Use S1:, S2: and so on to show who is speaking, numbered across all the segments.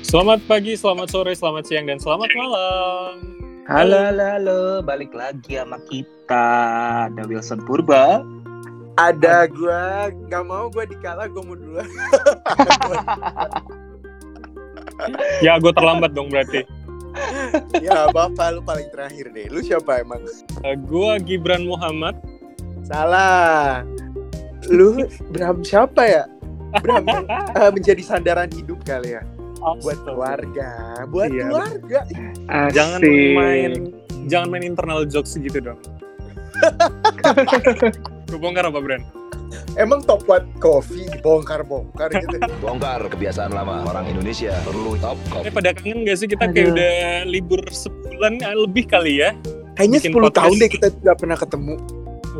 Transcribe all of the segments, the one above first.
S1: Selamat pagi, selamat sore, selamat siang, dan selamat malam.
S2: Halo, halo, halo. Balik lagi sama kita. Ada Wilson Purba.
S3: Ada gua nggak mau gua dikalah gua mau duluan.
S1: Ya, gue terlambat dong berarti.
S3: ya bapak lu paling terakhir deh. Lu siapa emang?
S1: Eh, gue Gibran Muhammad.
S3: Salah. Lu Bram siapa ya? Bram eh, menjadi sandaran hidup kali ya buat keluarga, buat
S1: Iya.
S3: keluarga.
S2: Asik.
S1: Jangan main, jangan main internal jokes gitu dong. Gue bongkar apa, Bren?
S3: Emang top one coffee dibongkar-bongkar gitu.
S4: Bongkar kebiasaan lama orang Indonesia perlu top kopi.
S1: Eh, pada kangen gak sih kita kayak
S2: Aduh.
S1: udah libur sebulan eh, lebih kali ya?
S3: Kayaknya
S1: Bikin
S3: 10 tahun
S1: podcast.
S3: deh kita tidak pernah ketemu.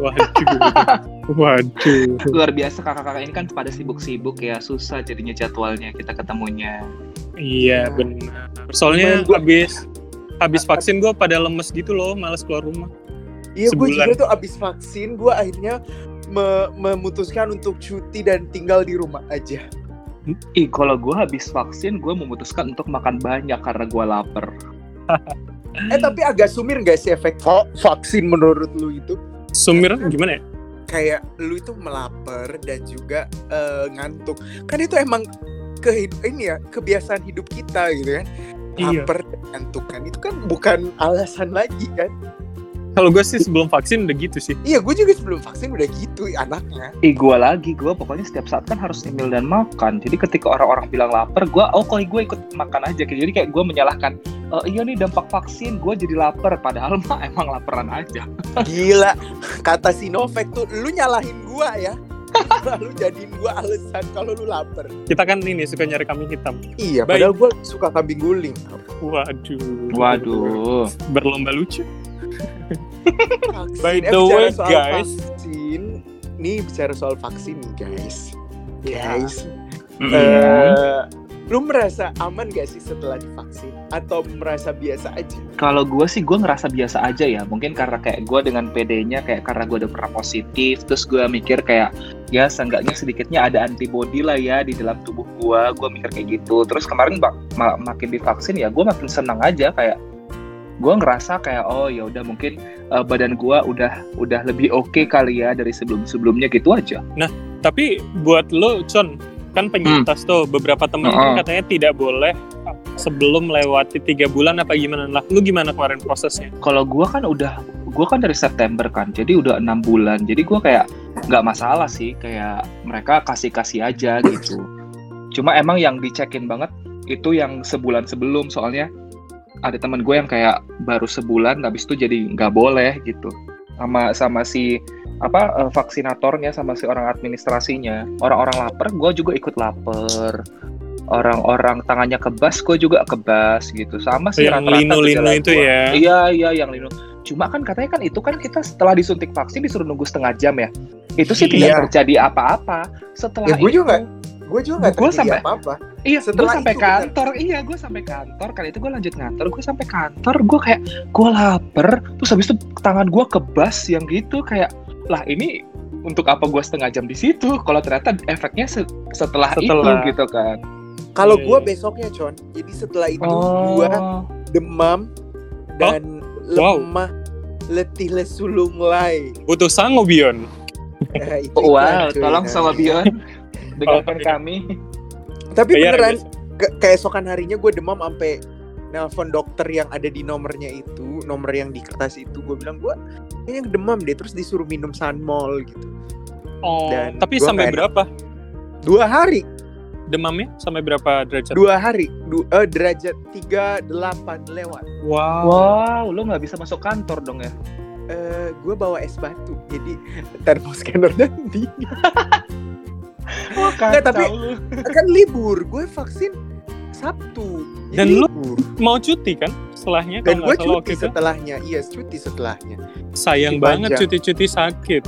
S1: Waduh. Waduh.
S2: Luar biasa kakak-kakak ini kan pada sibuk-sibuk ya. Susah jadinya jadwalnya kita ketemunya.
S1: Iya, benar. Soalnya
S3: Cuman gua-
S1: habis habis vaksin gue pada lemes gitu loh, males keluar rumah.
S3: Iya, gue
S1: Sebulan.
S3: juga tuh abis vaksin, gue akhirnya me- memutuskan untuk cuti dan tinggal di rumah aja.
S2: Ih, kalau gua habis vaksin, gua memutuskan untuk makan banyak karena gua lapar.
S3: Eh tapi agak sumir gak sih efek va- vaksin menurut lu itu?
S1: Sumir gimana ya?
S3: kayak lu itu melapar dan juga eh, ngantuk kan itu emang kehidup ini ya kebiasaan hidup kita gitu kan
S1: Iya.
S3: lapar dan ngantuk kan itu kan bukan alasan lagi kan
S1: Kalau gue sih sebelum vaksin udah gitu sih.
S3: iya gue juga sebelum vaksin udah gitu anaknya
S2: Ih, gua lagi, gua pokoknya setiap saat kan harus ngemil dan makan. Jadi ketika orang-orang bilang lapar, gua oh kok gua ikut makan aja. Jadi kayak gua menyalahkan, "Eh, iya nih dampak vaksin, gua jadi lapar. Padahal mah emang laparan aja.
S3: gila kata Sinovac tuh lu nyalahin gua ya lalu jadiin gua alasan kalau lu lapar
S1: Kita kan ini suka nyari kambing hitam.
S3: iya
S1: Baik.
S3: padahal gua suka kambing guling
S1: Waduh.
S2: Waduh.
S1: Berlomba lucu.
S3: Vaksin.
S1: By
S3: Eh,
S1: the way,
S3: bicara soal
S1: guys.
S3: vaksin nih bicara soal vaksin nih guys
S2: Ya.
S3: guys
S2: Eh,
S3: Eh, lu merasa aman gak sih setelah divaksin atau merasa biasa aja?
S2: Kalau gue sih gue ngerasa biasa aja ya. Mungkin karena kayak gue dengan PD-nya kayak karena gue udah pernah positif, terus gue mikir kayak ya seenggaknya sedikitnya ada antibody lah ya di dalam tubuh gue. Gue mikir kayak gitu. Terus kemarin bak- ma- makin divaksin ya gue makin senang aja kayak gue ngerasa kayak oh ya udah mungkin eh, badan gue udah udah lebih oke kali ya dari sebelum sebelumnya gitu aja.
S1: Tapi buat lo, Con, kan
S3: Mm.
S1: penyintas tuh beberapa temen kan
S2: Heeh.
S1: katanya tidak boleh sebelum lewati tiga bulan apa gimana lah. Lu gimana kemarin prosesnya?
S2: kalau gua kan udah gua kan dari September kan jadi udah enam bulan jadi gua kayak nggak masalah sih kayak mereka kasih kasih aja gitu cuma emang yang dicekin banget itu yang sebulan sebelum soalnya ada teman gue yang kayak baru sebulan habis itu jadi nggak boleh gitu sama sama si apa eh, vaksinatornya sama si orang administrasinya orang-orang lapar gua juga ikut lapar orang-orang tangannya kebas gue juga kebas gitu sama
S1: Oh,
S2: sih
S1: yang
S2: rata-rata
S1: lino-lino
S2: gejala
S1: itu
S2: gua.
S1: ya.
S2: Iya, iya yang lino. Cuma kan katanya kan itu kan kita setelah disuntik vaksin disuruh nunggu setengah jam ya. Itu sih
S3: Iya.
S2: tidak terjadi apa-apa. Setelah
S3: Ya, gua
S2: itu,
S3: juga. Gue juga nggak
S2: Gua
S3: terjadi
S2: sampai-
S3: apa-apa.
S2: iya, gue
S3: setelah
S2: sampai
S3: itu,
S2: kantor. Iya, gue sampai kantor. Kali itu gue lanjut kantor, gue sampai kantor, gue kayak gue lapar. Terus habis itu tangan gue kebas yang gitu kayak lah ini untuk apa gue setengah jam di situ? Kalau ternyata efeknya se- setelah,
S1: Setelah.
S2: itu gitu kan.
S3: Kalau
S1: Iya,
S3: gue
S1: iya.
S3: besoknya con, jadi setelah itu
S2: Oh,
S3: gua demam dan
S1: Wow.
S3: lemah, letih lesu lunglai.
S1: Butuh sangobion.
S3: Nah, itu
S2: wow,
S3: iklan, cuy.
S2: tolong
S3: Nah.
S2: sama Bion Iya, dengarkan
S1: Tolong.
S2: kami.
S3: Tapi
S1: Bayar ya,
S3: beneran
S1: biasa.
S3: ke- keesokan harinya gue demam sampai nelpon dokter yang ada di nomornya itu, nomor yang di kertas itu, gue bilang gue ini demam deh, terus disuruh minum Sunmol gitu.
S1: Oh,
S3: Dan
S1: tapi
S3: gua
S1: sampai
S3: kayak-
S1: berapa?
S3: Dua hari
S1: Demamnya sampai berapa derajat?
S3: dua hari du, eh, derajat 38 lewat
S1: Wow.
S2: Wow, lu nggak bisa masuk kantor dong ya?
S3: Eh, gue bawa es batu jadi termoscanner dan dingin
S2: Wah,
S3: Nggak, tapi-
S2: kacau lu.
S3: kan libur gue vaksin Sabtu
S1: Dan
S3: Jadi
S1: lu-
S3: libur.
S1: Mau cuti kan setelahnya kalau
S3: dan gue
S1: nggak salah waktu
S3: cuti
S1: itu.
S3: setelahnya iya cuti setelahnya
S1: Sayang
S3: cuti
S1: banget
S3: panjang.
S1: cuti-cuti sakit.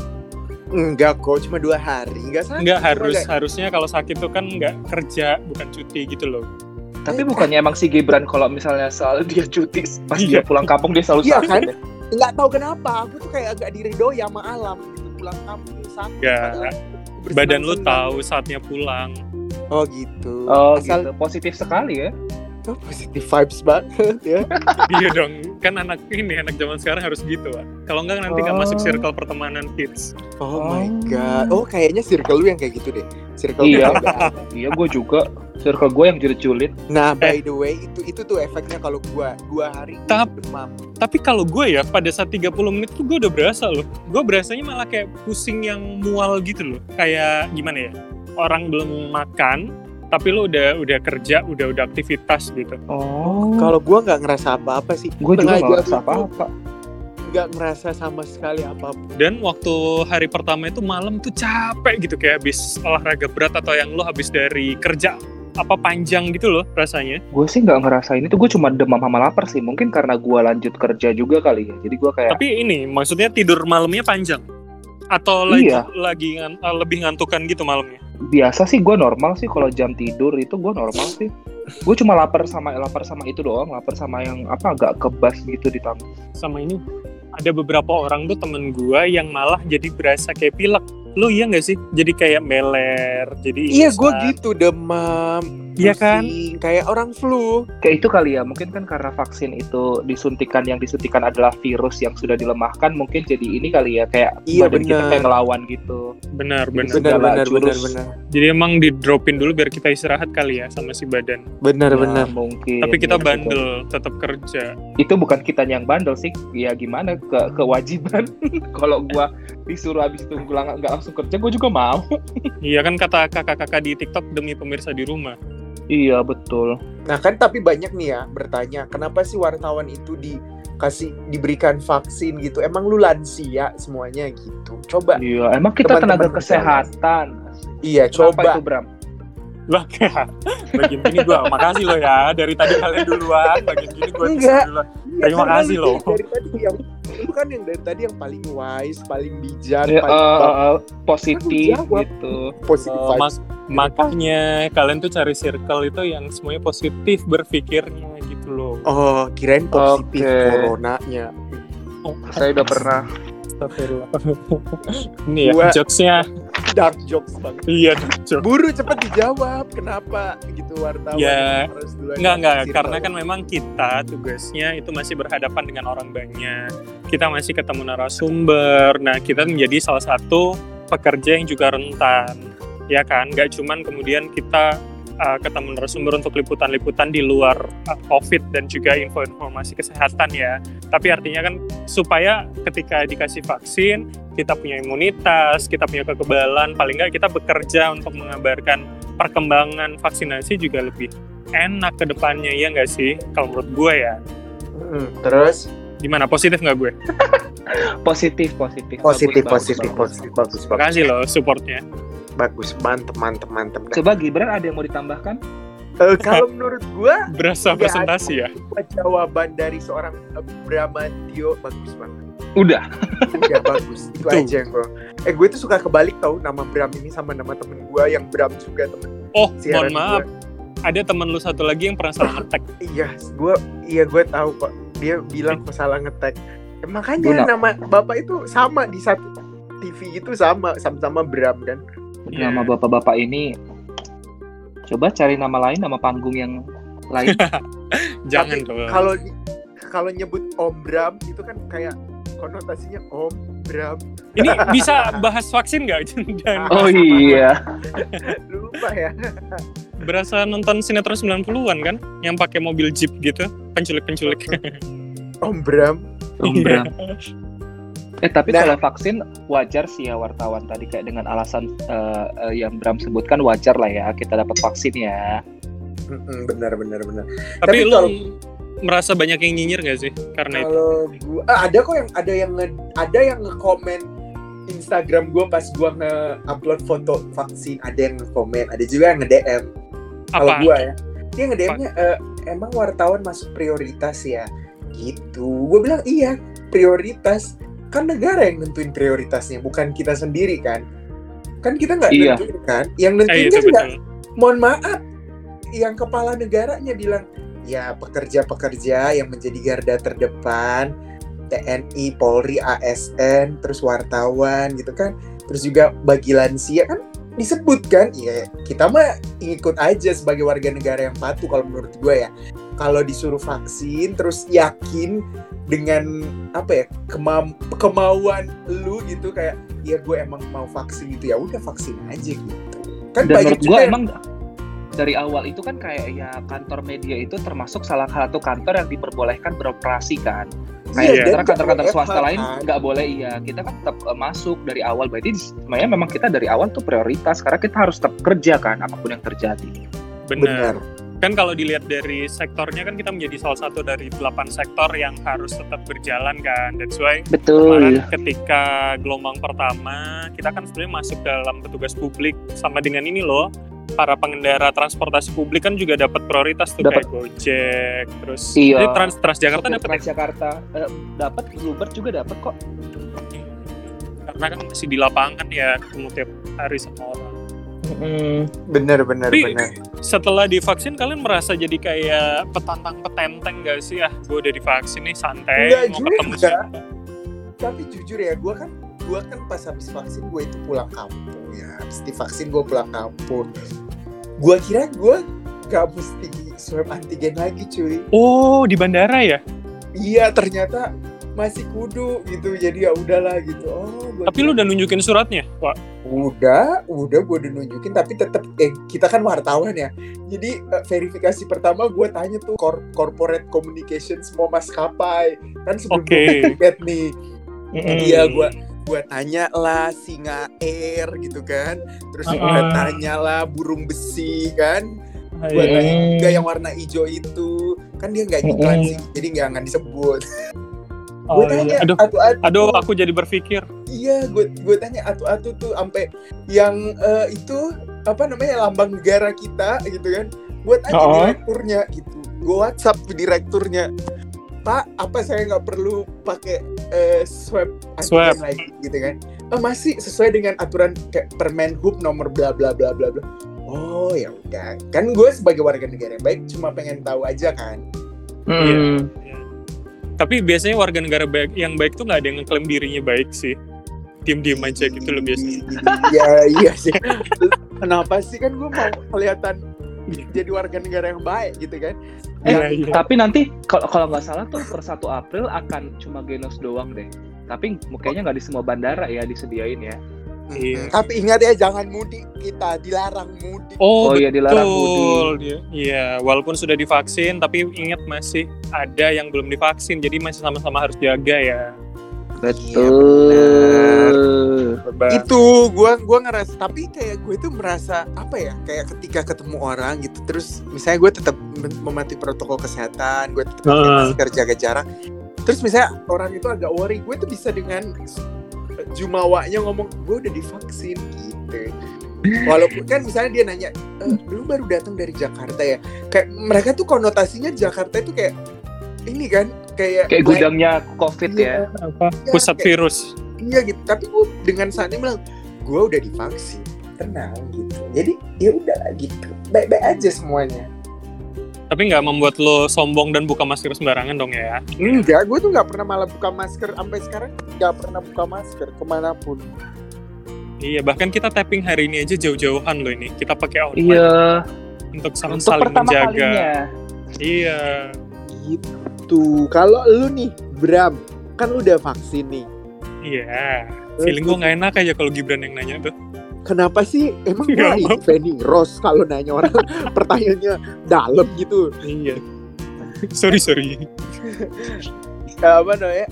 S3: enggak kok cuma dua hari enggak sakit
S1: Nggak
S3: cuma
S1: harus
S3: kayak-
S1: harusnya kalau sakit tuh kan nggak kerja bukan cuti gitu loh.
S2: Tapi bukannya emang si Gibran kalau misalnya soal dia cuti pas dia pulang kampung dia selalu
S3: Iya
S2: sakit
S3: kan?
S2: ya?
S3: nggak tahu kenapa aku tuh kayak agak diridoi sama alam gitu pulang kampung sakit
S1: Nggak.
S3: padahal
S1: Iya. Badan lu
S3: bersenang-senang.
S1: tahu saatnya pulang.
S3: oh gitu
S2: Oh
S3: asal
S2: gitu, positif sekali ya?
S3: Oh, positive vibes banget ya.
S1: Iya dong, kan anak ini anak zaman sekarang harus gitu. Wak. Kalau enggak nanti nggak masuk
S2: Oh.
S1: circle pertemanan kids.
S3: Oh, my god. Oh kayaknya circle lu yang kayak gitu deh. Circle
S2: Iya.
S3: bercandaan.
S2: Iya gue juga. Circle gue yang julid-julid.
S3: Nah by the way itu itu tuh efeknya kalau gua dua hari ini
S1: Tap.
S3: demam.
S1: Tapi kalau gue ya pada saat 30 menit tuh gue udah berasa loh. Gue berasanya malah kayak pusing yang mual gitu loh. Kayak gimana ya? Orang belum makan tapi lo udah udah kerja, udah udah aktivitas gitu.
S2: Oh.
S3: Kalau gua nggak ngerasa apa-apa sih.
S2: gue juga
S3: Sengaja
S2: gak ngerasa
S3: dulu.
S2: apa-apa.
S3: Nggak ngerasa sama sekali apa-apa.
S1: Dan waktu hari pertama itu malam tuh capek gitu kayak habis olahraga berat atau yang lo habis dari kerja apa panjang gitu loh rasanya.
S3: Iya.
S2: Gue sih nggak ngerasain itu. Gue cuma demam sama lapar sih. Mungkin karena gue lanjut kerja juga kali ya. Jadi gue kayak
S1: Tapi ini maksudnya tidur malamnya panjang atau lagi
S2: Iya.
S1: lagi ngan- eh, lebih ngantukan gitu malamnya.
S2: biasa sih gue normal sih kalau jam tidur itu gue normal sih gue cuma lapar sama lapar sama itu doang lapar sama yang apa agak kebas gitu di tangan
S1: Sama ini ada beberapa orang tuh temen gua yang malah jadi berasa kayak pilek. Lo iya nggak sih? Jadi kayak meler, jadi
S3: Iya
S1: instan.
S3: gua gitu demam.
S1: Iya kan?
S3: pusing, Kayak orang flu.
S2: kayak itu kali ya mungkin kan karena vaksin itu disuntikan yang disuntikan adalah virus yang sudah dilemahkan mungkin jadi ini kali ya kayak
S3: Iya,
S2: badan kita
S3: benar.
S2: kayak ngelawan gitu
S1: Benar
S3: Iya,
S1: benar.
S2: Bener.
S3: Benar-benar
S2: Jurus.
S3: benar-benar.
S1: Jadi emang di dropin dulu biar kita istirahat kali ya sama si badan.
S2: Ya,
S3: Benar-benar.
S2: mungkin
S1: Tapi
S3: Iya,
S1: kita
S2: gitu.
S1: bandel, tetap kerja.
S2: itu bukan kita yang bandel sih ya gimana ke kewajiban kalau gua disuruh habis itu gua lang- nggak langsung kerja gua juga mau
S1: Iya kan kata kakak-kakak di TikTok demi pemirsa di rumah.
S2: iya betul
S3: Nah kan tapi banyak nih ya bertanya, kenapa sih wartawan itu dikasih diberikan vaksin gitu? Emang lu lansia semuanya gitu? Coba,
S2: iya emang kita
S3: Teman-teman
S2: tenaga kesehatan
S3: iya
S2: Kenapa itu
S3: coba.
S2: Bram
S1: Lah kayak bagian gini gua makasih lo ya dari tadi kalian duluan bagian gini gua disuruh
S3: Enggak.
S1: duluan.
S3: Iya,
S1: Terima
S3: karena
S1: kasih
S3: lu
S1: loh.
S3: Dari tadi yang lu kan yang dari tadi yang paling wise, paling bijak,
S2: Eh,
S3: paling
S2: eh,
S3: bak-
S2: eh, positif
S3: Aku jawab.
S2: gitu
S3: positif.
S1: Eh,
S3: vibes.
S1: mak- makanya kalian tuh cari circle itu yang semuanya positif berpikirnya gitu loh.
S3: oh kirain
S2: Oke.
S3: positif coronanya.
S1: Oh,
S2: saya udah pernah
S1: astagfirullah. Ini ya
S3: Gua-
S1: jokesnya.
S3: Dark jokes banget.
S1: Iya jokes.
S3: Buru cepet dijawab, kenapa gitu wartawan?
S1: Ya,
S3: harus duluan
S1: Enggak enggak
S3: dikasih
S1: karena
S3: tahu.
S1: kan memang kita tugasnya itu masih berhadapan dengan orang banyak. Kita masih ketemu narasumber. Nah, kita menjadi salah satu pekerja yang juga rentan. Ya kan? Enggak cuman kemudian kita uh, ketemu narasumber untuk liputan-liputan di luar uh, Covid dan juga info informasi kesehatan ya. Tapi artinya kan supaya ketika dikasih vaksin kita punya imunitas, kita punya kekebalan, paling nggak kita bekerja untuk mengabarkan perkembangan vaksinasi juga lebih enak ke depannya ya nggak sih kalau menurut gue ya
S3: Mm-mm. terus
S1: gimana positif nggak gue
S2: positif positif
S3: positif,
S2: Bagus,
S3: positif,
S2: bagus,
S3: positif,
S2: bagus.
S3: bagus, bagus,
S1: makasih loh supportnya
S3: bagus, mantep, mantep, mantep.
S2: coba Gibran ada yang mau ditambahkan
S3: Eh, kalau menurut gua
S1: berasa
S3: Nggak.
S1: presentasi ya
S3: apa jawaban dari seorang eh, Bramantio bagus banget.
S2: udah
S3: Udah Iya, bagus. Itu
S1: Betul.
S3: aja yang gua. Eh gue tuh suka kebalik tau nama Bram ini sama nama temen gua yang Bram juga temen
S1: oh mohon
S3: siaran
S1: maaf
S3: gua.
S1: ada teman lu satu lagi yang pernah salah ngetek
S3: Iya, gua iya gue tahu kok. Dia bilang kok salah ngetek. Eh,
S2: Guna.
S3: makanya nama bapak itu sama di satu TV itu sama sama-sama Bram kan.
S1: Iya.
S2: nama bapak-bapak ini coba cari nama lain nama panggung yang lain
S1: jangan
S3: Tapi
S1: tuh
S3: Kalau di- kalau nyebut Om Bram itu kan kayak konotasinya Om Bram. Ah,
S1: ini bisa bahas vaksin nggak jangan
S2: oh iya
S3: Lupa ya.
S1: berasa nonton sinetron 90-an kan yang pakai mobil jeep gitu penculik-penculik
S3: Iya. Om Bram.
S2: Om Bram. Eh tapi
S3: Nah.
S2: kalau vaksin wajar sih ya wartawan tadi kayak dengan alasan eh, eh, yang Bram sebutkan wajar lah ya kita dapat vaksin ya.
S3: Mm-mm, Benar benar benar.
S1: tapi,
S3: Tapi
S1: lu
S3: kalau-
S1: merasa banyak yang nyinyir nggak sih karena Nah, itu
S3: Kalau gua ah, ada kok yang ada yang nge, ada yang nge-komen Instagram gua pas gua nge-upload foto vaksin, ada yang nge-komen, ada juga yang nge-DM. Kalau
S1: apa
S3: gua ya, dia nge-DM-nya "Eh, emang wartawan masuk prioritas ya. Gitu. Gua bilang iya, prioritas. Kan negara yang nentuin prioritasnya, bukan kita sendiri kan. Kan kita nggak
S2: Iya.
S3: nentuin kan. Yang
S1: eh,
S3: nentuin
S1: itu
S3: kan nggak-
S1: betul
S3: mohon maaf yang kepala negaranya bilang ya pekerja-pekerja yang menjadi garda terdepan TNI, Polri, ASN, terus wartawan gitu kan terus juga bagi lansia kan disebut kan iya kita mah ikut aja sebagai warga negara yang patuh kalau menurut gue ya kalau disuruh vaksin terus yakin dengan apa ya kema- kemauan lu gitu kayak ya gue emang mau vaksin gitu ya udah vaksin aja gitu kan
S2: dan
S3: banyak
S2: menurut gue
S3: juga yang-
S2: emang dari awal itu kan kayak ya kantor media itu termasuk salah satu kantor yang diperbolehkan beroperasi kan
S1: Iya,
S2: kayak
S3: dan
S2: sementara kantor-kantor
S3: WFH
S2: swasta lain
S3: kan.
S2: nggak boleh iya kita kan tetap eh, masuk dari awal berarti sebenarnya memang kita dari awal tuh prioritas karena kita harus tetap kerja kan apapun yang terjadi
S1: benar.
S3: benar
S1: Kan kalau dilihat dari sektornya kan kita menjadi salah satu dari delapan sektor yang harus tetap berjalan kan. That's why kemarin
S2: betul Iya.
S1: ketika gelombang pertama kita kan sebenarnya masuk dalam petugas publik sama dengan ini loh para pengendara transportasi publik kan juga dapat prioritas tuh kayak
S2: Dapat.
S1: Gojek terus
S2: Iya.
S1: ini Trans Transjakarta dapat ya?
S2: Jakarta dapat Uber juga dapat kok
S1: karena kan masih di lapangan ya ketemu tiap hari sama orang
S3: benar benar
S1: Tapi-
S3: benar
S1: setelah divaksin kalian merasa jadi kayak petantang petenteng gak sih ah gue udah divaksin nih santai
S3: Nggak
S1: mau ketemu
S3: juga.
S1: siapa
S3: tapi jujur ya gue kan gue kan pas habis vaksin gue itu pulang kampung ya habis divaksin gue pulang kampung gue kira gue gak mesti swab antigen lagi cuy
S1: oh di bandara ya
S3: iya ternyata masih kudu gitu jadi ya udahlah gitu oh gua
S1: tapi lu udah nunjukin suratnya Wah,
S3: udah udah gue udah nunjukin tapi tetap eh kita kan wartawan ya jadi eh, verifikasi pertama gue tanya tuh cor- corporate communication semua maskapai kan sebelum
S1: Oke. Hmm.
S3: gua tiket nih Iya, gua gua tanya lah singa air gitu kan. Terus
S1: Ah.
S3: gua tanya lah burung besi kan. Gua
S1: Iya.
S3: tanya juga yang warna hijau itu kan dia nggak iklan sih, jadi nggak akan disebut.
S1: Hmm. Oh,
S3: gua tanya
S1: iya. aduh
S3: atu-atu.
S1: aduh aku jadi berpikir
S3: Iya, gua gua tanya atu-atu tuh sampai yang eh, itu apa namanya lambang negara kita gitu kan. Gua tanya
S2: Oh.
S3: direkturnya gitu. Gua WhatsApp ke direkturnya. Pak, apa saya nggak perlu pakai eh, swab
S1: Swab.
S3: antigen lagi gitu kan? "Eh, masih sesuai dengan aturan kayak Permen Hub nomor bla bla bla bla bla. Oh ya udah, kan gue sebagai warga negara yang baik cuma pengen tahu aja kan.
S2: Iya.
S1: tapi biasanya warga negara baik, yang baik tuh nggak ada yang ngeklaim dirinya baik sih diem-diem aja gitu loh biasanya
S3: Iya iya sih. Kenapa sih kan gue mau kelihatan jadi warga negara yang baik gitu kan?
S1: Iya, iya.
S2: Tapi nanti kalau kalau nggak salah tuh per 1 April akan cuma genos doang deh. Tapi kayaknya nggak di semua bandara ya disediain ya.
S1: Iya.
S3: Tapi ingat ya jangan mudik kita dilarang mudik.
S1: oh,
S2: Oh, iya dilarang
S1: betul
S2: mudik.
S1: dia. iya walaupun sudah divaksin tapi ingat masih ada yang belum divaksin jadi masih sama-sama harus jaga ya Bebas.
S3: Itu gua gua ngerasa tapi kayak gue tuh merasa apa ya kayak ketika ketemu orang gitu terus misalnya gue tetap mem- mematuhi protokol kesehatan, gue tetap pakai
S1: Heeh.
S3: masker jaga jarak. Terus misalnya orang itu agak worry, gue tuh bisa dengan jumawanya ngomong gue udah divaksin gitu. Walaupun kan misalnya dia nanya, "Eh, lu baru datang dari Jakarta ya? Kayak mereka tuh konotasinya Jakarta itu kayak ini kan kayak
S2: Kayak gudangnya COVID ya.
S3: Iya,
S1: apa
S3: Ya,
S1: pusat
S3: kayak-
S1: virus
S3: Iya gitu. Tapi gue dengan saatnya bilang, gue udah divaksin. Tenang gitu. Jadi ya udah gitu. Baik-baik aja semuanya.
S1: tapi nggak membuat lo sombong dan buka masker sembarangan dong ya
S3: Enggak, gue tuh nggak pernah malah buka masker sampai sekarang nggak pernah buka masker kemanapun.
S1: iya bahkan kita tapping hari ini aja jauh-jauhan loh ini kita pakai online
S2: Iya.
S1: untuk sam-
S2: Untuk
S1: saling
S2: pertama
S1: menjaga
S2: kalinya.
S1: iya
S3: Gitu. Kalau lu nih Bram, kan lu udah vaksin nih.
S1: Iya, feeling gue nggak enak aja kalau Gibran yang nanya tuh.
S3: Kenapa sih emang gue
S1: Nggak
S3: itu Fanny Rose kalau nanya orang pertanyaannya dalam gitu.
S1: Iya. sorry sorry.
S3: Eh, apa namanya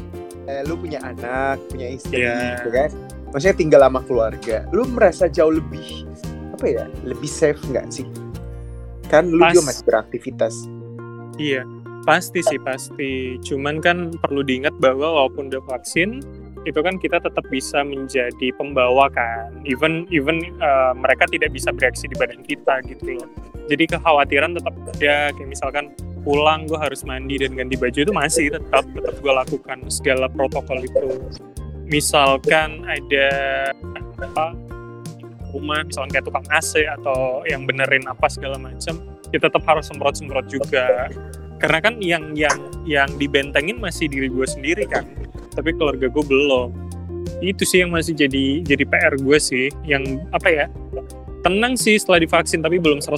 S3: eh, lu punya anak punya istri
S1: Iya.
S3: gitu kan maksudnya tinggal sama keluarga lu merasa jauh lebih apa ya lebih safe nggak sih kan lu
S1: Pas.
S3: juga masih beraktivitas
S1: Iya, pasti sih pasti. Cuman kan perlu diingat bahwa walaupun udah vaksin, itu kan kita tetap bisa menjadi pembawa kan. Even even eh, mereka tidak bisa bereaksi di badan kita gitu loh. Jadi kekhawatiran tetap ada. Kayak misalkan pulang gue harus mandi dan ganti baju itu masih tetap tetap gue lakukan segala protokol itu. Misalkan ada apa rumah misalkan kayak tukang AC atau yang benerin apa segala macam kita tetap harus semprot-semprot juga karena kan yang yang yang dibentengin masih diri gue sendiri kan tapi keluarga gue belum itu sih yang masih jadi jadi PR gue sih yang apa ya tenang sih setelah divaksin tapi belum 100%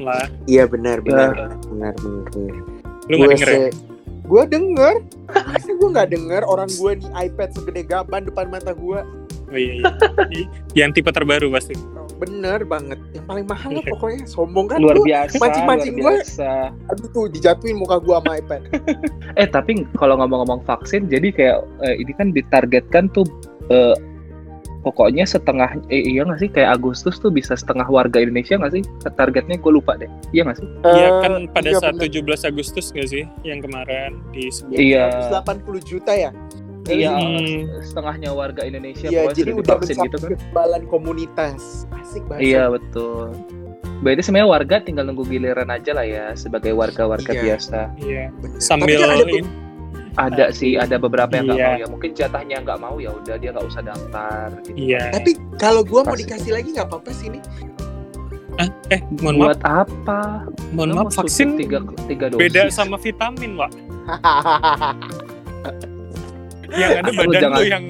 S1: lah
S3: Iya benar benar benar benar. benar.
S1: lu nggak
S3: Gua
S1: denger ya?
S3: se- Gua denger. Masa gua nggak denger orang gua nih iPad segede gaban depan mata gua.
S1: Oh, iya, iya. I- yang tipe terbaru pasti
S3: Bener banget. Yang paling mahal
S1: Iya.
S3: lah pokoknya sombong kan
S2: luar
S3: lu.
S2: biasa, luar
S3: mancing-mancing gue.
S2: biasa.
S3: Aduh tuh dijatuhin muka gua sama iPad.
S2: Eh tapi kalau ngomong-ngomong vaksin, jadi kayak eh, ini kan ditargetkan tuh eh, pokoknya setengah, eh, iya nggak sih? Kayak Agustus tuh bisa setengah warga Indonesia nggak sih? Targetnya gue lupa deh, iya nggak sih?
S1: Iya
S3: Eh,
S1: kan pada
S3: iya
S1: saat
S3: bener.
S1: 17 Agustus nggak sih yang kemarin di
S3: ya,
S1: sebuah
S2: Iya,
S3: 180 juta ya.
S2: iya
S1: Hmm.
S2: setengahnya warga Indonesia
S3: Iya,
S2: pokoknya
S3: jadi
S2: sudah
S3: udah
S2: divaksin gitu kan?
S3: mencapai kekebalan komunitas. Asik banget.
S2: Iya betul. Berarti sebenarnya warga tinggal nunggu giliran aja lah ya sebagai warga-warga
S3: Iya.
S2: biasa.
S1: Iya.
S3: Bener.
S1: sambil
S3: Tapi kan ada tuh
S1: in-
S2: Ada sih, ada beberapa yang nggak
S1: Iya.
S2: mau ya. Mungkin jatahnya nggak mau ya, udah dia nggak usah daftar. Gitu.
S1: iya
S3: Tapi kalau gua mau
S2: Pasti.
S3: dikasih lagi nggak apa-apa sih ini.
S1: eh mohon maaf
S2: Buat apa?
S1: mohon
S2: Lu
S1: maaf
S2: mau suntik
S1: vaksin
S2: tiga, tiga dosis.
S1: beda sama vitamin pak yang ada
S2: Lu
S1: badan
S2: jangan-
S1: lu yang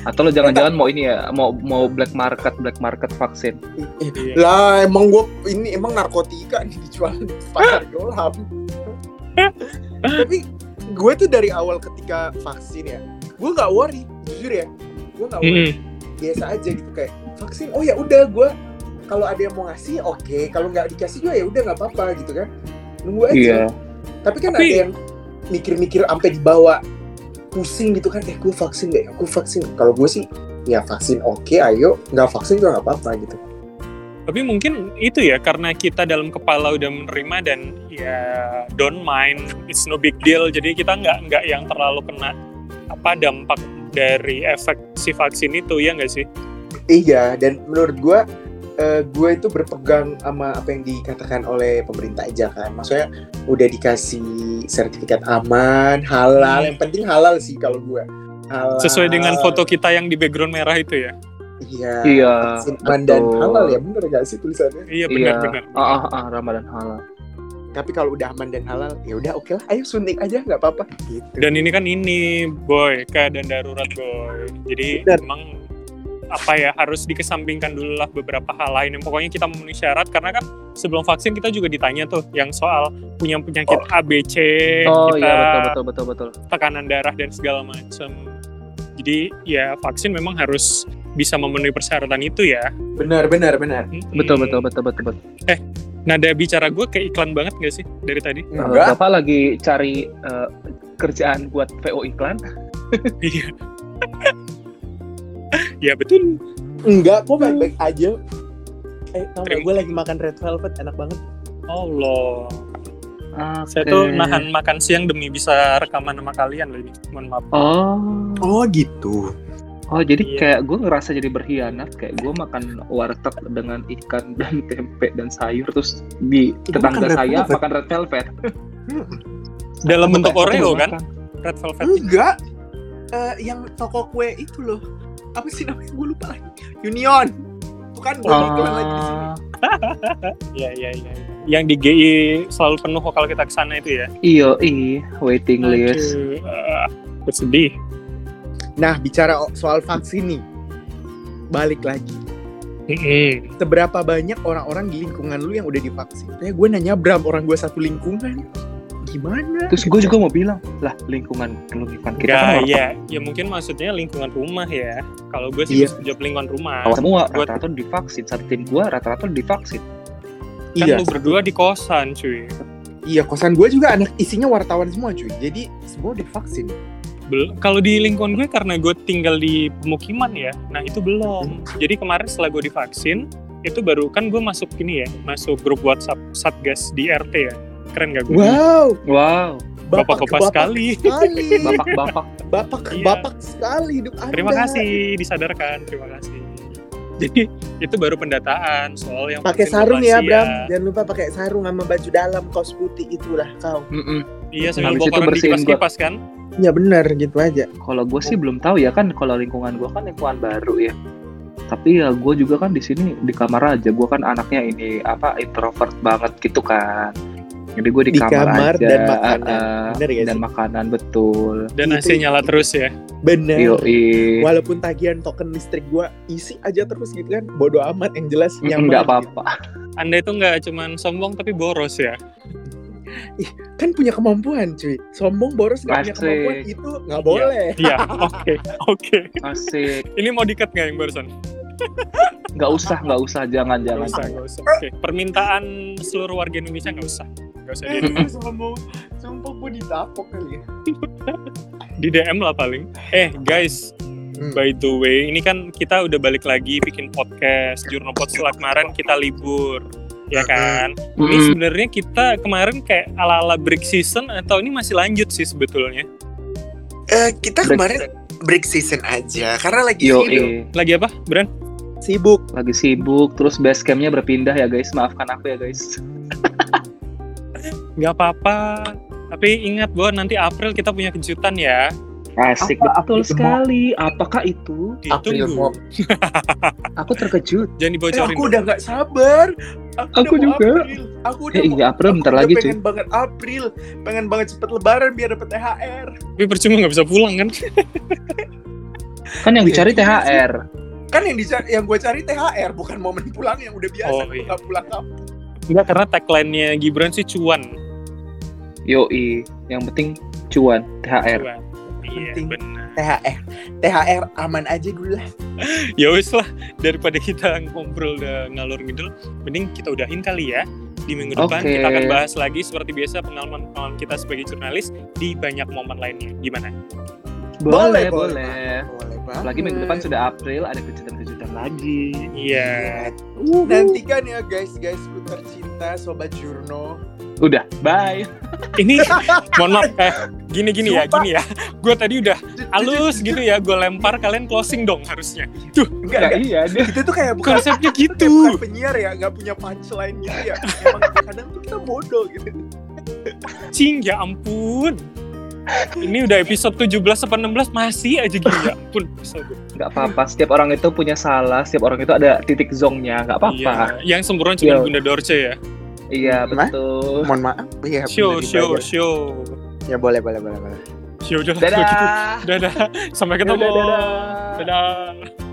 S2: Atau lo jangan-jangan mau ini ya, mau mau black market black market vaksin.
S1: Iya.
S3: lah emang gua ini emang narkotika nih dijual di pasar gelap. Tapi gue tuh dari awal ketika vaksin ya, gue nggak worry, jujur ya, gue nggak worry,
S1: Mm-mm.
S2: Hmm.
S3: biasa aja gitu kayak vaksin. Oh ya udah gue kalau ada yang mau ngasih oke, kalau nggak dikasih juga ya udah nggak apa-apa gitu kan, nunggu aja.
S2: Iya.
S3: Tapi kan
S1: Tapi-
S3: ada yang mikir-mikir sampai dibawa pusing gitu kan, eh gue vaksin deh, gue vaksin. Kalau gue sih ya vaksin oke, ayo nggak vaksin juga nggak apa-apa gitu.
S1: tapi mungkin itu ya karena kita dalam kepala udah menerima dan ya don't mind it's no big deal jadi kita nggak nggak yang terlalu kena apa dampak dari efek si vaksin itu ya nggak sih
S3: Iya, dan menurut gua eh, gua itu berpegang sama apa yang dikatakan oleh pemerintah aja kan. Maksudnya udah dikasih sertifikat aman, halal.
S1: Hmm.
S3: Yang penting halal sih kalau gua. Halal.
S1: sesuai dengan
S3: Ah.
S1: foto kita yang di background merah itu ya
S3: Iya.
S2: Iya,
S3: vaksin aman dan
S2: betul.
S3: halal ya bener gak sih tulisannya?
S1: iya
S2: Iya.
S1: benar-benar
S2: Ah, ah, ah, Ramadan halal.
S3: Tapi kalau udah aman dan halal, ya udah oke lah. Ayo suntik aja nggak apa-apa. Gitu.
S1: dan ini kan ini boy keadaan darurat boy jadi
S3: Benar.
S1: memang apa ya harus dikesampingkan dulu lah beberapa hal lain yang pokoknya kita memenuhi syarat karena kan sebelum vaksin kita juga ditanya tuh yang soal punya penyakit ABC
S2: Oh
S1: kita
S2: iya betul betul betul betul.
S1: tekanan darah dan segala macam jadi ya vaksin memang harus bisa memenuhi persyaratan itu ya
S3: Benar, benar, benar.
S1: Mm-mm.
S2: Betul betul betul betul betul.
S1: nada bicara gue kayak iklan banget gak sih dari tadi
S2: Eh,
S3: Iya, Enggak.
S2: Bapak lagi cari eh, kerjaan buat VO iklan?
S1: iya ya betul
S3: Enggak, kok baik-baik aja. Eh, tau
S1: Terima-
S3: gue lagi makan red velvet, enak banget.
S1: Allah Ah, Saya
S2: Oke.
S1: tuh nahan makan siang demi bisa rekaman sama kalian loh ini. Mohon maaf.
S2: Oh,
S3: Oh gitu.
S2: oh jadi
S1: Iya.
S2: kayak gue ngerasa jadi berkhianat kayak gue makan warteg dengan ikan dan tempe dan sayur terus di
S3: Lu
S2: tetangga
S3: makan red
S2: saya
S3: velvet?
S2: makan red velvet. gitu,
S1: Dalam bentuk
S2: Apa yang
S1: Oreo
S2: lu
S1: kan?
S2: makan?
S1: Red Velvet.
S2: Hmm?
S3: Enggak. Eh, yang toko kue itu loh. Apa sih namanya? Gue lupa lagi. Union. Bukan gue iklan lagi di sini.
S2: Ah,
S1: Iya, iya, iya. Yang di GI selalu penuh kok kalau kita ke sana itu ya.
S2: iyo i iya, waiting list.
S1: Aduh, ah, aku sedih.
S3: Nah, bicara o- soal vaksin nih. Balik lagi.
S1: Mm-mm.
S3: Seberapa banyak orang-orang di lingkungan lu yang udah divaksin? Kayak gue nanya Bram, orang gue satu lingkungan. Gimana?
S2: Terus gue juga mau bilang, lah lingkungan lingkungan kita kan
S1: Nggak,
S2: orang
S1: ya, ya mungkin maksudnya lingkungan rumah ya. Kalau gue sih
S3: Iya.
S1: job lingkungan rumah.
S2: awam semua
S1: Buat-
S2: rata-rata divaksin. Satu tim gue rata-rata divaksin.
S1: Kan lu
S2: Iya.
S1: berdua di kosan cuy.
S3: iya kosan gue juga anak isinya wartawan semua cuy. Jadi semua udah vaksin.
S1: Bel- kalau di lingkungan gue karena gue tinggal di pemukiman ya nah itu belum
S3: Hmm.
S1: jadi kemarin setelah gue divaksin itu baru kan gue masuk ini ya masuk grup WhatsApp satgas di RT ya keren gak gue
S3: Wow,
S2: Wow,
S1: bapak-bapak sekali
S3: sekali.
S2: bapak-bapak.
S3: bapak,
S1: Iya.
S3: bapak sekali hidup Anda.
S1: terima kasih disadarkan terima kasih jadi itu baru pendataan soal yang
S3: Pakai
S1: vaksin
S3: sarung
S1: rahasia.
S3: ya, Bram. Jangan lupa pakai sarung sama baju dalam kaos putih itulah kau.
S2: Mm-mm.
S1: iya sambil
S2: Habis itu
S1: bocoran di
S2: bersihin
S1: kipas kipas kan
S3: Ya benar gitu aja.
S2: Kalau gue sih belum tahu ya kan kalau lingkungan gue kan lingkungan baru ya. Tapi ya gue juga kan di sini di kamar aja. Gue kan anaknya ini apa introvert banget gitu kan. Jadi gue di,
S3: Di
S2: aja,
S3: kamar dan makanan.
S2: ah, ah,
S3: Bener gak
S2: dan
S3: sih?
S2: makanan betul.
S1: Dan
S3: Itu-
S1: AC nyala terus ya.
S3: Bener.
S2: iya. Yoi.
S3: Walaupun tagihan token listrik gua isi aja terus gitu kan. Bodoh amat yang jelas nyaman. gitu.
S2: Nggak apa-apa.
S1: Anda itu nggak cuman sombong tapi boros ya.
S3: Kan punya kemampuan cuy. Sombong boros gak punya
S2: Asik.
S3: kemampuan itu nggak boleh.
S1: Iya, oke, oke.
S2: Asik.
S1: Ini mau dikat nggak yang barusan?
S2: Nggak usah, nggak usah, jangan
S1: Nggak
S2: jangan.
S1: usah,
S3: Iya.
S1: nggak usah. Oke, permintaan seluruh warga Indonesia nggak usah. Nggak usah di,
S3: Hmm. Iya. sombong. Sumpah gue ditapok kali ya.
S1: di DM lah paling. Eh, guys,
S3: Hmm.
S1: by the way, ini kan kita udah balik lagi bikin podcast. Jurnopod setelah kemarin kita libur, ya
S3: Hmm.
S1: kan? Ini
S2: Mm-mm.
S1: sebenarnya kita kemarin kayak ala-ala break season atau ini masih lanjut sih sebetulnya?
S3: Eh, kita
S2: Break. iya.
S3: kemarin break season aja karena lagi sibuk.
S2: Yoi.
S1: Lagi apa, Bran?
S3: sibuk.
S2: eh, Lagi sibuk, terus base campnya berpindah ya guys. Maafkan aku ya guys.
S1: Nggak apa-apa. Tapi ingat bahwa nanti April kita punya kejutan ya.
S2: Asik betul
S3: Apa- itu, Mo?
S2: sekali. Apakah itu?
S3: April Mop.
S1: Ditunggu.
S2: Aku terkejut.
S1: Jangan
S3: Eh,
S1: dibocorin.
S3: aku udah nggak sabar. Aku,
S2: Aku
S3: udah mau
S2: juga.
S3: April. Aku udah
S2: Eh,
S3: mau-
S2: iya April bentar
S3: udah
S2: lagi cuy.
S3: pengen banget April. Pengen banget cepet Lebaran biar dapet THR.
S1: Tapi percuma nggak bisa pulang kan?
S2: Kan yang dicari THR.
S3: Kan yang dicari, yang gue cari THR bukan momen pulang yang udah biasa.
S1: Oh,
S3: gua
S1: iya.
S3: nggak pulang kampung.
S1: Enggak, karena tagline-nya Gibran sih cuan.
S2: Yoi. Yang penting cuan THR.
S1: Cuan. Iya,
S3: Penting.
S1: benar.
S3: THR, THR aman aja dulu lah.
S1: Ya wis lah, daripada kita ngobrol udah ngalur ngidul, mending kita udahin kali ya. Di minggu depan
S2: Oke.
S1: kita akan bahas lagi seperti biasa pengalaman-pengalaman kita sebagai jurnalis di banyak momen lainnya. Gimana?
S2: Boleh, boleh.
S3: Boleh banget.
S2: Apalagi minggu depan sudah April, ada kejutan-kejutan lagi.
S1: Iya.
S3: Nantikan ya guys, guys ku tercinta sobat Jurno.
S2: Udah, bye.
S1: Ini mohon maaf eh, gini-gini ya,
S3: Sumpah.
S1: gini ya. Gue tadi udah halus gitu ya, gue lempar kalian closing dong harusnya.
S3: Enggak,
S2: Nah,
S3: enggak.
S2: iya, dia
S3: Kita tuh kayak bukan
S1: Konsepnya
S3: kayak bukan
S1: gitu.
S3: penyiar ya, nggak punya punchline gitu ya. Emang kadang tuh kita bodoh gitu.
S1: Cing, ya ampun. Ini udah episode 17 apa 16 masih aja gini ya ampun. kesel gua.
S2: nggak apa-apa. Setiap orang itu punya salah. Setiap orang itu ada titik zongnya. Nggak apa-apa.
S1: Iya, yang sempurna cuma
S2: Iya.
S1: Bunda Dorce ya.
S2: Iya,
S3: Mah?
S2: betul.
S3: Mohon maaf. Iya,
S1: Show, show, show.
S3: Ya boleh, boleh, boleh, boleh.
S1: Ya udah lah, kalau gitu.
S2: Dadah.
S1: Dadah. Sampai ketemu.
S2: Dadah.
S1: Dadah.